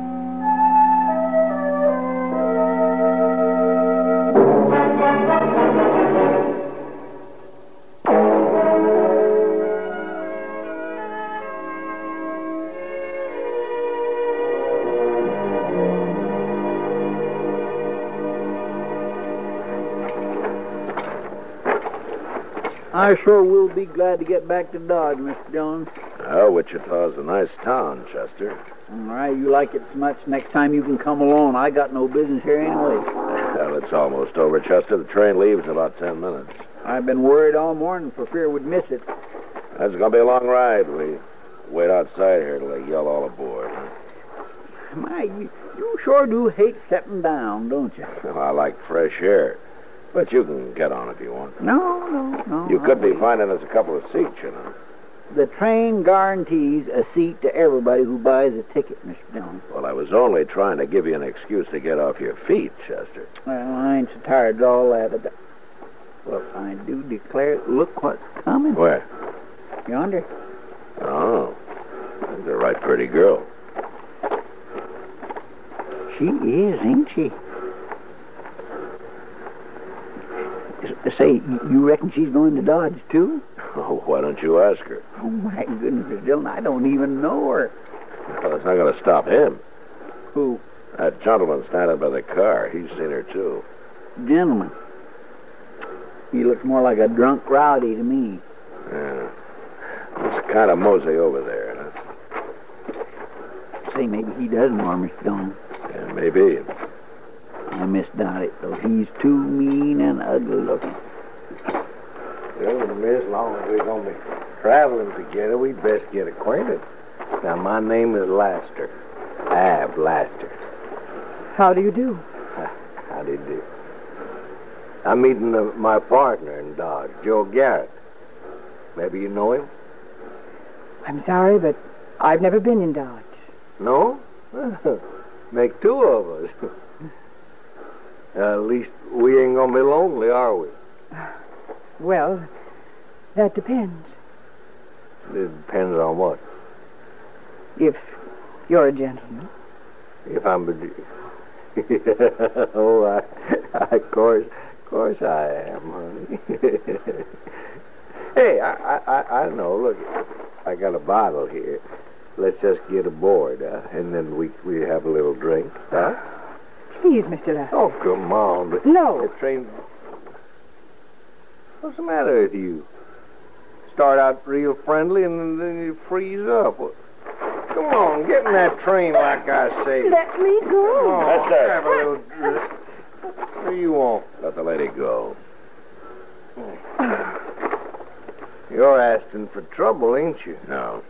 I sure will be glad to get back to Dodge, Mr. Jones. Oh, Wichita's a nice town, Chester. All right, you like it so much. Next time you can come alone. I got no business here anyway. Well, it's almost over, Chester. The train leaves in about ten minutes. I've been worried all morning for fear we'd miss it. That's gonna be a long ride. We wait outside here till they yell all aboard. My, you, you sure do hate stepping down, don't you? Well, I like fresh air, but you can get on if you want. No, no, no. You could be I'll wait. finding us a couple of seats, you know. The train guarantees a seat to everybody who buys a ticket, Mr. Jones. Well, I was only trying to give you an excuse to get off your feet, Chester. Well, I ain't so tired as all that. But well, I do declare, look what's coming Where? yonder. Oh, that's a right pretty girl. She is, ain't she? S- Say, you reckon she's going to Dodge, too? Oh, why don't you ask her? Oh, my goodness, Mr. Dillon, I don't even know her. Well, it's not going to stop him. Who? That gentleman standing by the car, he's seen her too. Gentleman. He looks more like a drunk rowdy to me. Yeah. It's kind of mosey over there. Huh? Say, maybe he does know her, Mr. Dillon. Yeah, maybe. I misdoubt it, though. He's too mean and ugly looking. Well, miss, as long as we're going to be traveling together, we'd best get acquainted. Now, my name is Laster. Ab Laster. How do you do? How do you do? I'm meeting the, my partner in Dodge, Joe Garrett. Maybe you know him? I'm sorry, but I've never been in Dodge. No? Make two of us. At least we ain't going to be lonely, are we? Well, that depends. It depends on what. If you're a gentleman. If I'm a... oh, I, I, of course, of course I am, honey. hey, I, I- I, I know. Look, I got a bottle here. Let's just get aboard, uh, and then we we have a little drink. Huh? Please, Mr. Lass. Oh, come on. The, No. the train. Oh, What's the matter with you? Start out real friendly, and then you freeze up. Come on, get in that train, like I say. Let me go. Oh. That's that. Have a little drink. What do you want? Let the lady go. You're asking for trouble, ain't you? No.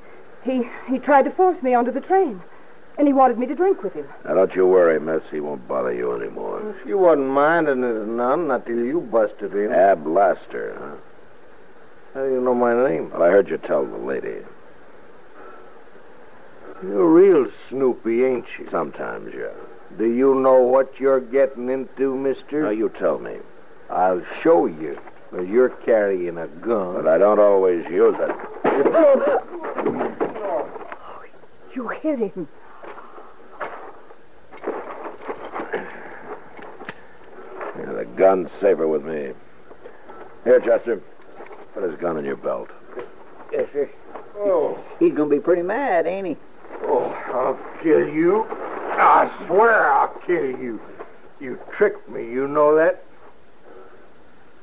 He he tried to force me onto the train, and he wanted me to drink with him. Now, don't you worry, miss. He won't bother you anymore. She wasn't minding it none until you busted in. Ab Laster, Ah, huh? How do you know my name? Well, I heard you tell the lady. You're real snoopy, ain't you? Sometimes, yeah. Do you know what you're getting into, Now, mister? you tell me. I'll show you. Well, you're carrying a But gun. I don't always use it. You hit him. Yeah, the gun's safer with me. Here, Chester. Put his gun in your belt. Yes, sir. Oh, He's going to be pretty mad, ain't he? oh, I'll kill you. I swear I'll kill you. You tricked me, you know that?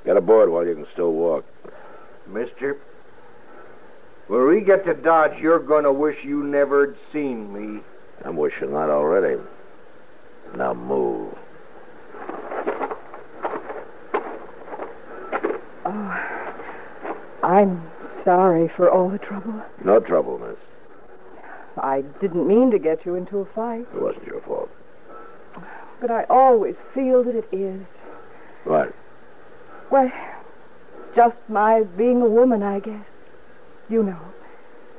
Get aboard while you can still walk. Mister, when we get to Dodge, you're going to wish you never'd seen me. I'm wishing that already. Now move. I'm sorry for all the trouble. No trouble, miss. I didn't mean to get you into a fight, It wasn't your fault. but I always feel that it is. What? Well, just my being a woman, I guess. You know.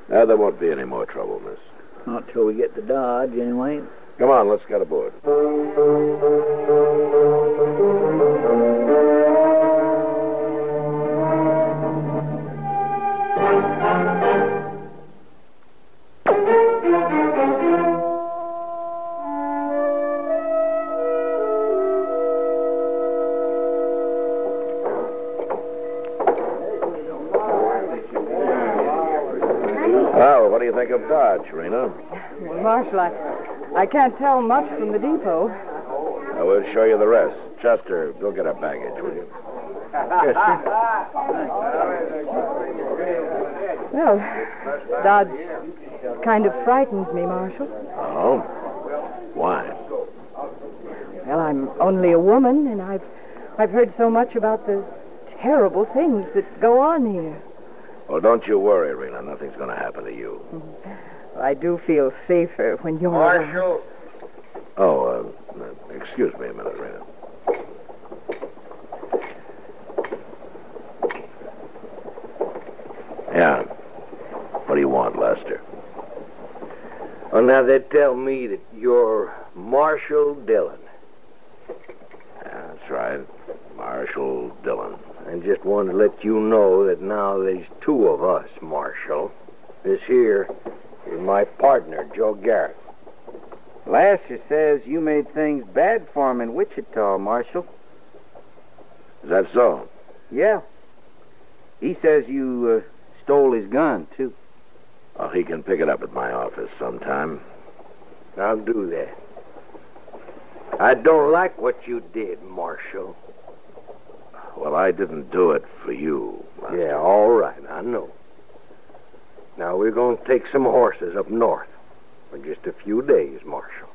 Now, there won't be any more trouble, miss. Not till we get to Dodge, anyway. Come on, let's get aboard. Well, what do you think of Dodge, Rena? Marshal, I, I can't tell much from the depot. I will show you the rest. Chester, go get our baggage, will you? Well, Dodge kind of frightens me, Marshal. Oh? Why? Well, I'm only a woman, and I've I've heard so much about the terrible things that go on here. Well, Oh, don't you worry, Rena. Nothing's going to happen to you. I do feel safer when you're. Marshal, Oh, uh, uh, excuse me a minute, Rena. Yeah. What do you want, Lester? well, now they tell me that you're Marshal Dillon. Yeah, that's right. Marshal Dillon. I just wanted to let you know that now there's two of us, Marshal. This here is my partner, Joe Garrett. Lasher says you made things bad for him in Wichita, Marshal. Is that so? Yeah. He says you uh, stole his gun, too. Well, he can pick it up at my office sometime. I'll do that. I don't like what you did, Marshal. Well, I didn't do it for you. Lester. Yeah, all right, I know. Now we're going to take some horses up north for just a few days, Marshal.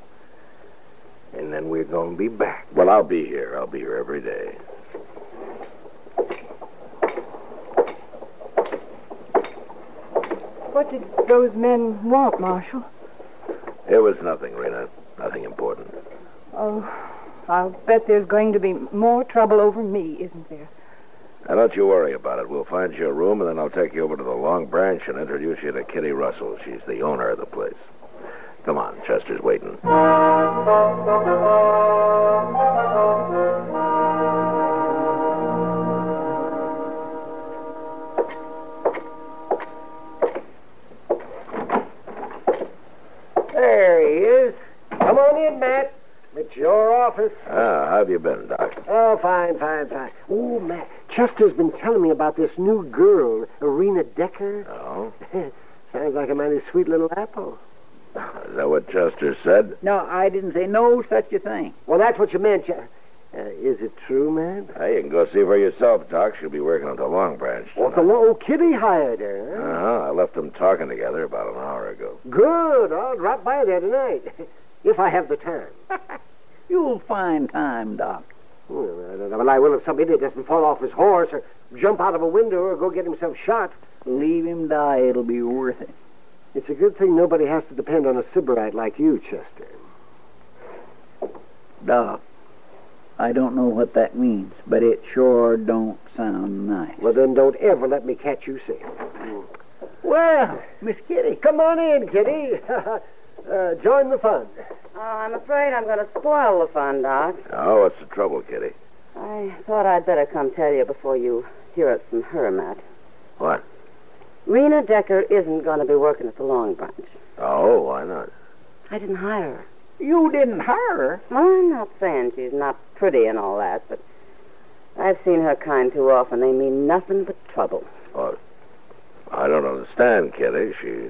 And then we're going to be back. Well, I'll be here. I'll be here every day. What did those men want, Marshal? It was nothing, Rena. Nothing important. Oh, I'll bet there's going to be more trouble over me, isn't there? Now, don't you worry about it. We'll find you a room, and then I'll take you over to the Long Branch and introduce you to Kitty Russell. She's the owner of the place. Come on, Chester's waiting. There he is. Come on in, Matt. It's your office. Ah, how have you been, Doc? Oh, fine, fine, fine. Oh, Matt, Chester's been telling me about this new girl, Arena Decker. Oh, Sounds like a mighty sweet little apple. is that what Chester said? No, I didn't say no such a thing. Well, that's what you meant, Chester. Uh, is it true, Matt? Hey, you can go see for yourself, Doc. She'll be working at the Long Branch. Well, the old kitty hired her. huh? Uh-huh. I left them talking together about an hour ago. Good. I'll drop by there tonight, if I have the time. You'll find time, Doc. Well, Hmm, I- I- well, I will if some idiot doesn't fall off his horse or jump out of a window or go get himself shot. Leave him die. It'll be worth it. It's a good thing nobody has to depend on a sybarite like you, Chester. Doc, I don't know what that means, but it sure don't sound nice. Well, then don't ever let me catch you sick. Well, Miss Kitty. Come on in, Kitty. uh, join the fun. Oh, I'm afraid I'm going to spoil the fun, Doc. Oh, what's the trouble, Kitty? I thought I'd better come tell you before you hear it from her, Matt. What? Rena Decker isn't going to be working at the Long Branch. Oh, why not? I didn't hire her. You didn't hire her. Well, I'm not saying she's not pretty and all that, but I've seen her kind too often. They mean nothing but trouble. I don't understand, Kitty. She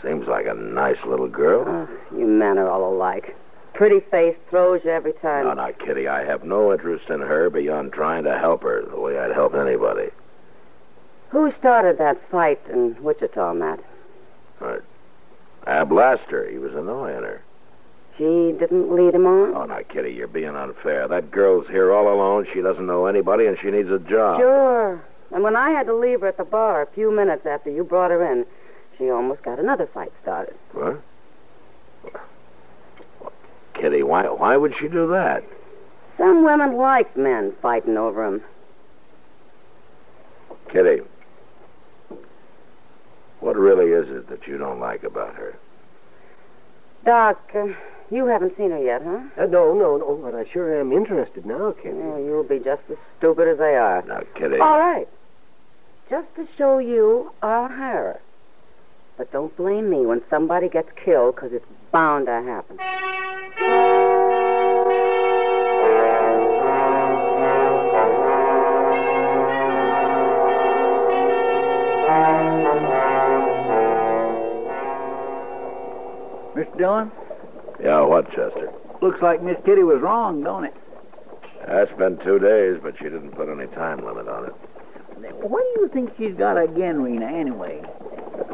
seems like a nice little girl. You men are all alike. pretty face throws you every time. No, no, Kitty, I have no interest in her beyond trying to help her the way I'd help anybody. Who started that fight in Wichita, Matt? Ab Laster, he was annoying her. She didn't lead him on? Oh, now, Kitty, you're being unfair. That girl's here all alone. She doesn't know anybody, and she needs a Uh, job. Sure. And when I had to leave her at the bar a few minutes after you brought her in, she almost got another fight started. Kitty, why, why would she do that? Some women like men fighting over 'em. Kitty, what really is it that you don't like about her? Doc, uh, you haven't seen her yet, huh? Uh, no, no, no, but I sure am interested now, Kitty. Well, Oh, you'll be just as stupid as they are. Now, Kitty. All right. Just to show you, I'll hire her. But don't blame me when somebody gets killed, because it's bound to happen. Mr. Dillon, Yeah, what, Chester? looks like Miss Kitty was wrong, don't it? That's been two days, but she didn't put any time limit on it. What do you think she's got again, Rena, anyway?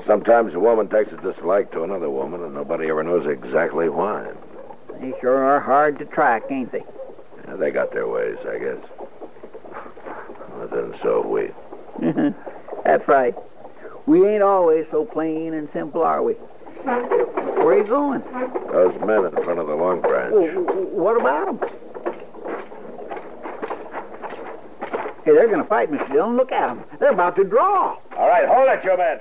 Sometimes a woman takes a dislike to another woman, and nobody ever knows exactly why. They sure are hard to track, ain't they? Yeah, they got their ways, I guess. But then so have we. That's right. We ain't always so plain and simple, are we? Where you going? Those men in front of the Long Branch. What about 'em? Hey, they're going to fight, Mr. Dillon. Look at 'em. They're about to draw. All right, hold it, you men.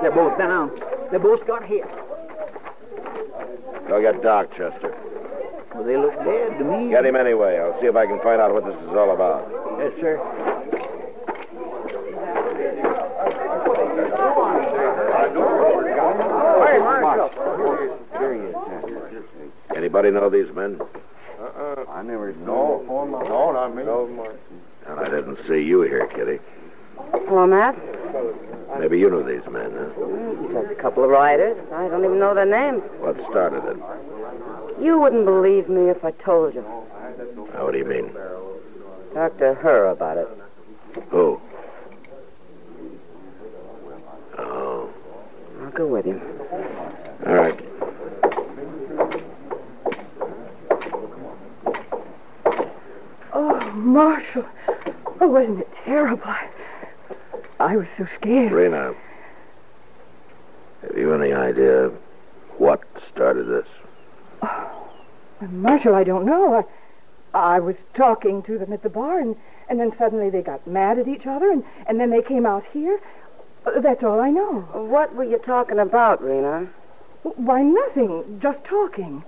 They're both down. They both got hit. Go get Doc, Chester. Well, they look dead to me. Get him anyway. I'll see if I can find out what this is all about. Yes, sir. Anybody know these men? Uh-uh. I never No, no, not me. And I didn't see you here, Kitty. Hello, Matt? Maybe you know these men, huh? There's a couple of riders. I don't even know their names. What started it? You wouldn't believe me if I told you. Now, what do you mean? Talk to her about it. Who? Oh, I'll go with you. all right. Oh, Marshal. Oh, wasn't it terrible? I, I was so scared. Rena, have you any idea what started this? Marshal, I don't know. I, I was talking to them at the bar, and, and then suddenly they got mad at each other, and, and then they came out here. Uh, That's all I know. What were you talking about, Rena? Why, nothing. Just talking.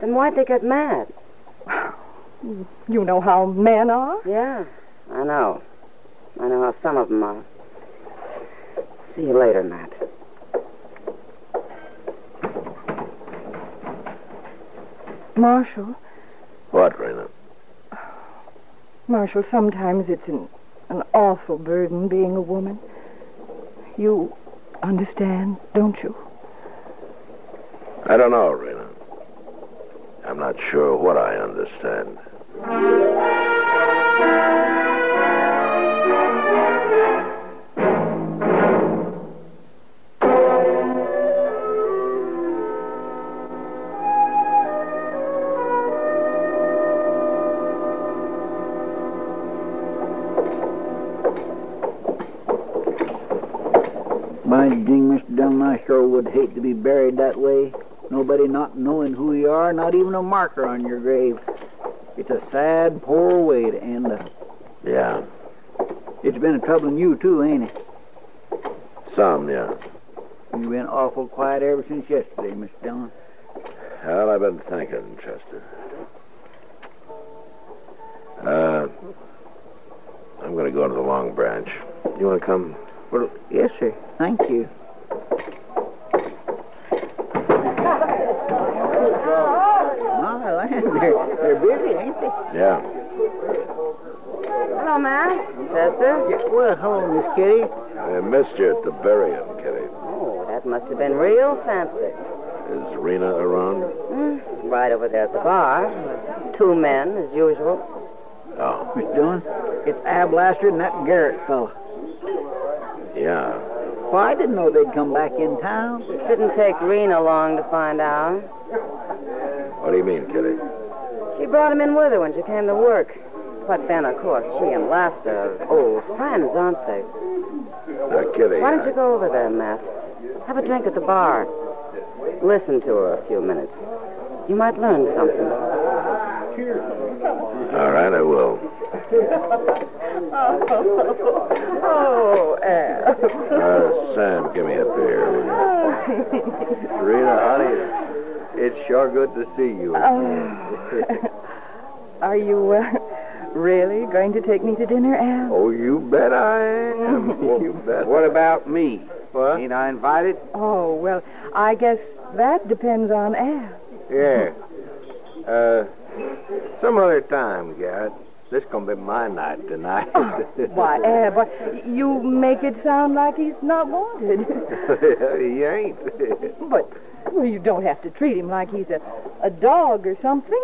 Then why'd they get mad? You know how men are. Yeah, I know. I know how some of them are. See you later, Matt. Marshal, What, Rena? Marshal, sometimes it's an, an awful burden being a woman. You understand, don't you? I don't know, Rena. I'm not sure what I understand. By jing, Mr. Dillon, I sure would hate to be buried that way. Nobody not knowing who you are, not even a marker on your grave. It's a sad, poor way to end up. Yeah, It's been a troubling you, too, ain't it? some, yeah. You've been awful quiet ever since yesterday, Mr. Dillon. Well, I've been thinking, Chester. Uh, I'm going to go to the Long Branch. You want to come? Well, yes, sir. Thank you. My land, they're, they're busy, ain't they? Yeah. Hello, Matt. Chester? Yeah, well, hello, Miss Kitty. I missed you at the burial, Kitty. Oh, that must have been real fancy. Is Rena around? Right over there at the bar. Two men, as usual. Oh, Miss Dillon, it's Ab Laster and that Garrett fellow. yeah. Well, I didn't know they'd come back in town. Didn't take Rena long to find out. What do you mean, Kitty? She brought him in with her when she came to work. But then, of course, she and Lester are old friends, aren't they? Now, Uh, Kitty. Why don't I- you go over there, Matt? Have a drink at the bar. Listen to her a few minutes. You might learn something. All right, I will. Oh, Al. Uh, Sam, give me a beer. will you? Rena, honey, it's sure good to see you. Are you uh, really going to take me to dinner, Al? oh, you bet I am. you bet. What about me? What? Ain't I invited? Oh, well, I guess that depends on Al. Yeah. Uh, some other time, Garrett. This gonna be my night tonight. Why, Al, but you make it sound like he's not wanted. he ain't. but, well, you don't have to treat him like he's a, a dog or something.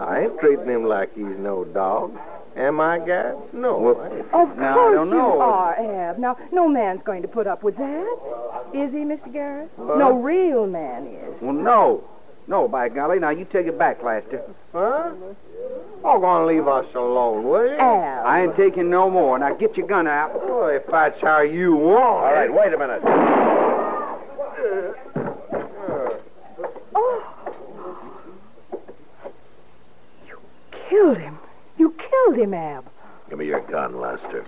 I ain't treating him like he's no dog. Am I, Garrett? No. I ain't. Of Now, I course don't know. you are, Ab. Now, no man's going to put up with that. Is he, Mr. Garrett? no real man is. Well, no. No, by golly. Now, you take it back, Laster. Huh? Oh, gonna leave us alone, will you? Ab. I ain't taking no more. Now, get your gun out. Well, if that's how you want. All right, wait a minute. Killed him. You killed him, Ab. Give me your gun, Lester.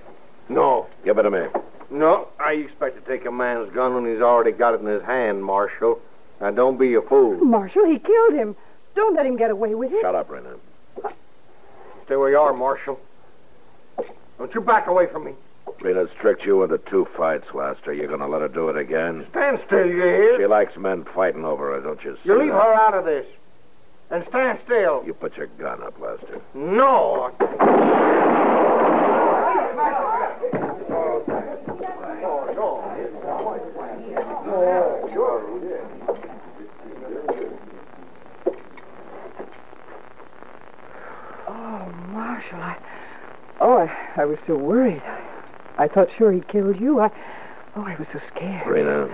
No, Give it to me. no. I expect to take a man's gun when he's already got it in his hand, Marshal. Now, don't be a fool. Marshal, he killed him. Don't let him get away with it. Shut up, Rena. Stay where you are, Marshal. Don't you back away from me. Rena's tricked you into two fights, Lester. You're going to let her do it again? Stand still, you hear? She likes men fighting over her, don't you see? You leave that? her out of this. And stand still. You put your gun up, Lester. No. Oh, Marshal, I... Oh, I, I was so worried. I, I thought sure he killed you. I... Oh, I was so scared. Rena,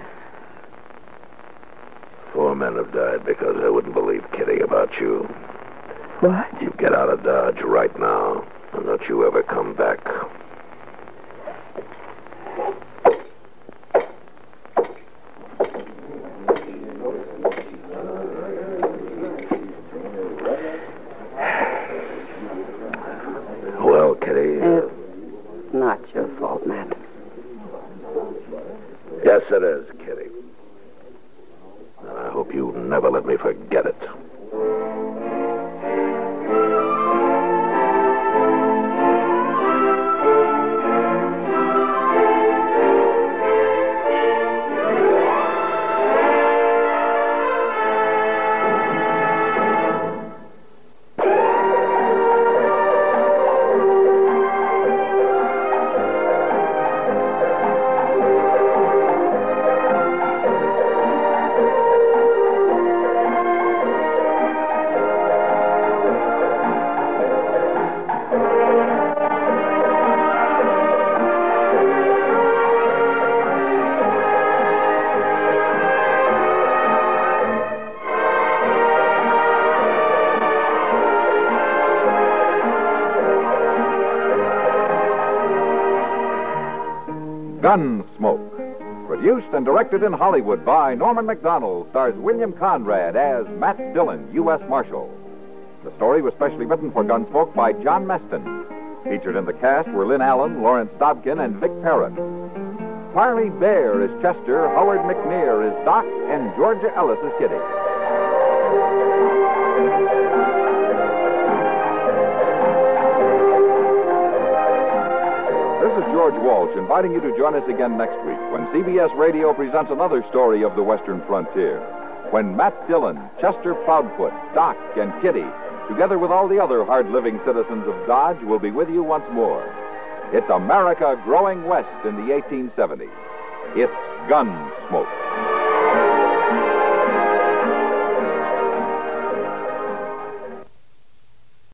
four men have died because I wouldn't believe Kitty about you. What? You get out of Dodge right now, and don't you ever come back. Well, Kitty. Uh, Not your fault, Matt. yes, it is, Kitty. And I hope you never let me forget it. Gunsmoke. Produced and directed in Hollywood by Norman McDonald, stars William Conrad as Matt Dillon, U.S. Marshal. The story was specially written for Gunsmoke by John Meston. Featured in the cast were Lynn Allen, Lawrence Dobkin, and Vic Perrin. Parley Bear is Chester, Howard McNear is Doc, and Georgia Ellis is Kitty. This is George Walsh inviting you to join us again next week when CBS Radio presents another story of the Western frontier. When Matt Dillon, Chester Proudfoot, Doc, and Kitty, together with all the other hard living citizens of Dodge, will be with you once more. It's America growing west in the 1870s. It's Gunsmoke.